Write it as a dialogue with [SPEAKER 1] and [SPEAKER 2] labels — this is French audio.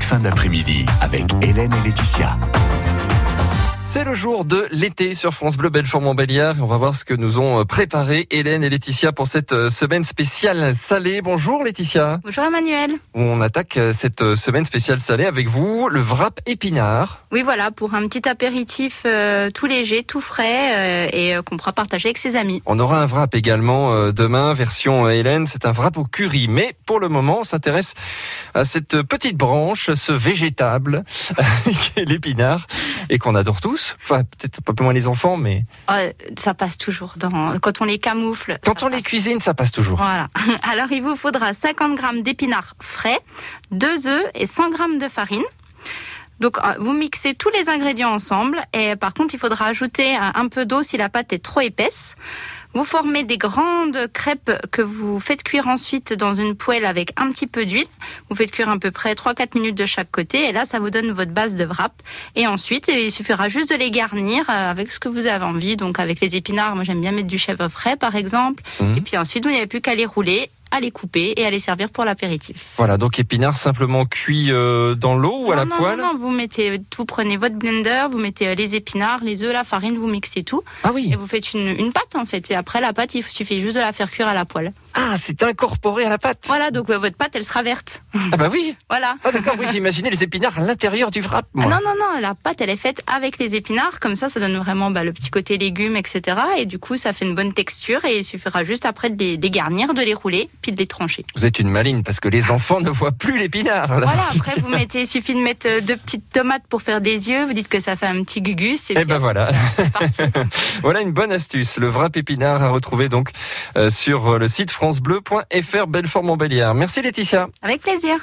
[SPEAKER 1] fin d'après-midi avec Hélène et Laetitia.
[SPEAKER 2] C'est le jour de l'été sur France Bleu Belfort Montbéliard. On va voir ce que nous ont euh, préparé Hélène et Laetitia pour cette euh, semaine spéciale salée. Bonjour Laetitia.
[SPEAKER 3] Bonjour Emmanuel.
[SPEAKER 2] On attaque euh, cette semaine spéciale salée avec vous, le wrap épinard.
[SPEAKER 3] Oui voilà, pour un petit apéritif euh, tout léger, tout frais euh, et euh, qu'on pourra partager avec ses amis.
[SPEAKER 2] On aura un wrap également euh, demain, version Hélène. C'est un wrap au curry. Mais pour le moment, on s'intéresse à cette petite branche, ce végétable qui est l'épinard et qu'on adore tous. Enfin, peut-être pas plus moins les enfants, mais.
[SPEAKER 3] Euh, ça passe toujours. Dans... Quand on les camoufle.
[SPEAKER 2] Quand on passe. les cuisine, ça passe toujours.
[SPEAKER 3] Voilà. Alors, il vous faudra 50 grammes d'épinards frais, 2 œufs et 100 grammes de farine. Donc, euh, vous mixez tous les ingrédients ensemble. Et par contre, il faudra ajouter un peu d'eau si la pâte est trop épaisse. Vous formez des grandes crêpes que vous faites cuire ensuite dans une poêle avec un petit peu d'huile. Vous faites cuire à peu près 3-4 minutes de chaque côté et là ça vous donne votre base de wrap. Et ensuite il suffira juste de les garnir euh, avec ce que vous avez envie. Donc avec les épinards, moi j'aime bien mettre du chèvre frais par exemple. Mmh. Et puis ensuite vous n'avez plus qu'à les rouler à les couper et à les servir pour l'apéritif.
[SPEAKER 2] Voilà, donc épinards simplement cuits euh, dans l'eau ou à
[SPEAKER 3] non,
[SPEAKER 2] la
[SPEAKER 3] non,
[SPEAKER 2] poêle
[SPEAKER 3] Non, vous mettez, vous prenez votre blender, vous mettez euh, les épinards, les œufs, la farine, vous mixez tout.
[SPEAKER 2] Ah oui.
[SPEAKER 3] Et vous faites une, une, pâte en fait. Et après la pâte, il suffit juste de la faire cuire à la poêle.
[SPEAKER 2] Ah, c'est incorporé à la pâte.
[SPEAKER 3] Voilà, donc euh, votre pâte, elle sera verte.
[SPEAKER 2] Ah bah oui.
[SPEAKER 3] voilà.
[SPEAKER 2] Ah d'accord, oui, j'imaginais les épinards à l'intérieur du wrap. Moi.
[SPEAKER 3] Ah, non, non, non, la pâte, elle est faite avec les épinards. Comme ça, ça donne vraiment bah, le petit côté légumes, etc. Et du coup, ça fait une bonne texture. Et il suffira juste après de les, de les garnir, de les rouler puis de les trancher.
[SPEAKER 2] Vous êtes une maline parce que les enfants ne voient plus l'épinard.
[SPEAKER 3] Voilà, après vous mettez, il suffit de mettre euh, deux petites tomates pour faire des yeux, vous dites que ça fait un petit gugus.
[SPEAKER 2] Et, et ben voilà. Parti. voilà une bonne astuce. Le wrap épinard à retrouver donc euh, sur le site francebleu.fr Belfort Montbéliard. Merci Laetitia.
[SPEAKER 3] Avec plaisir.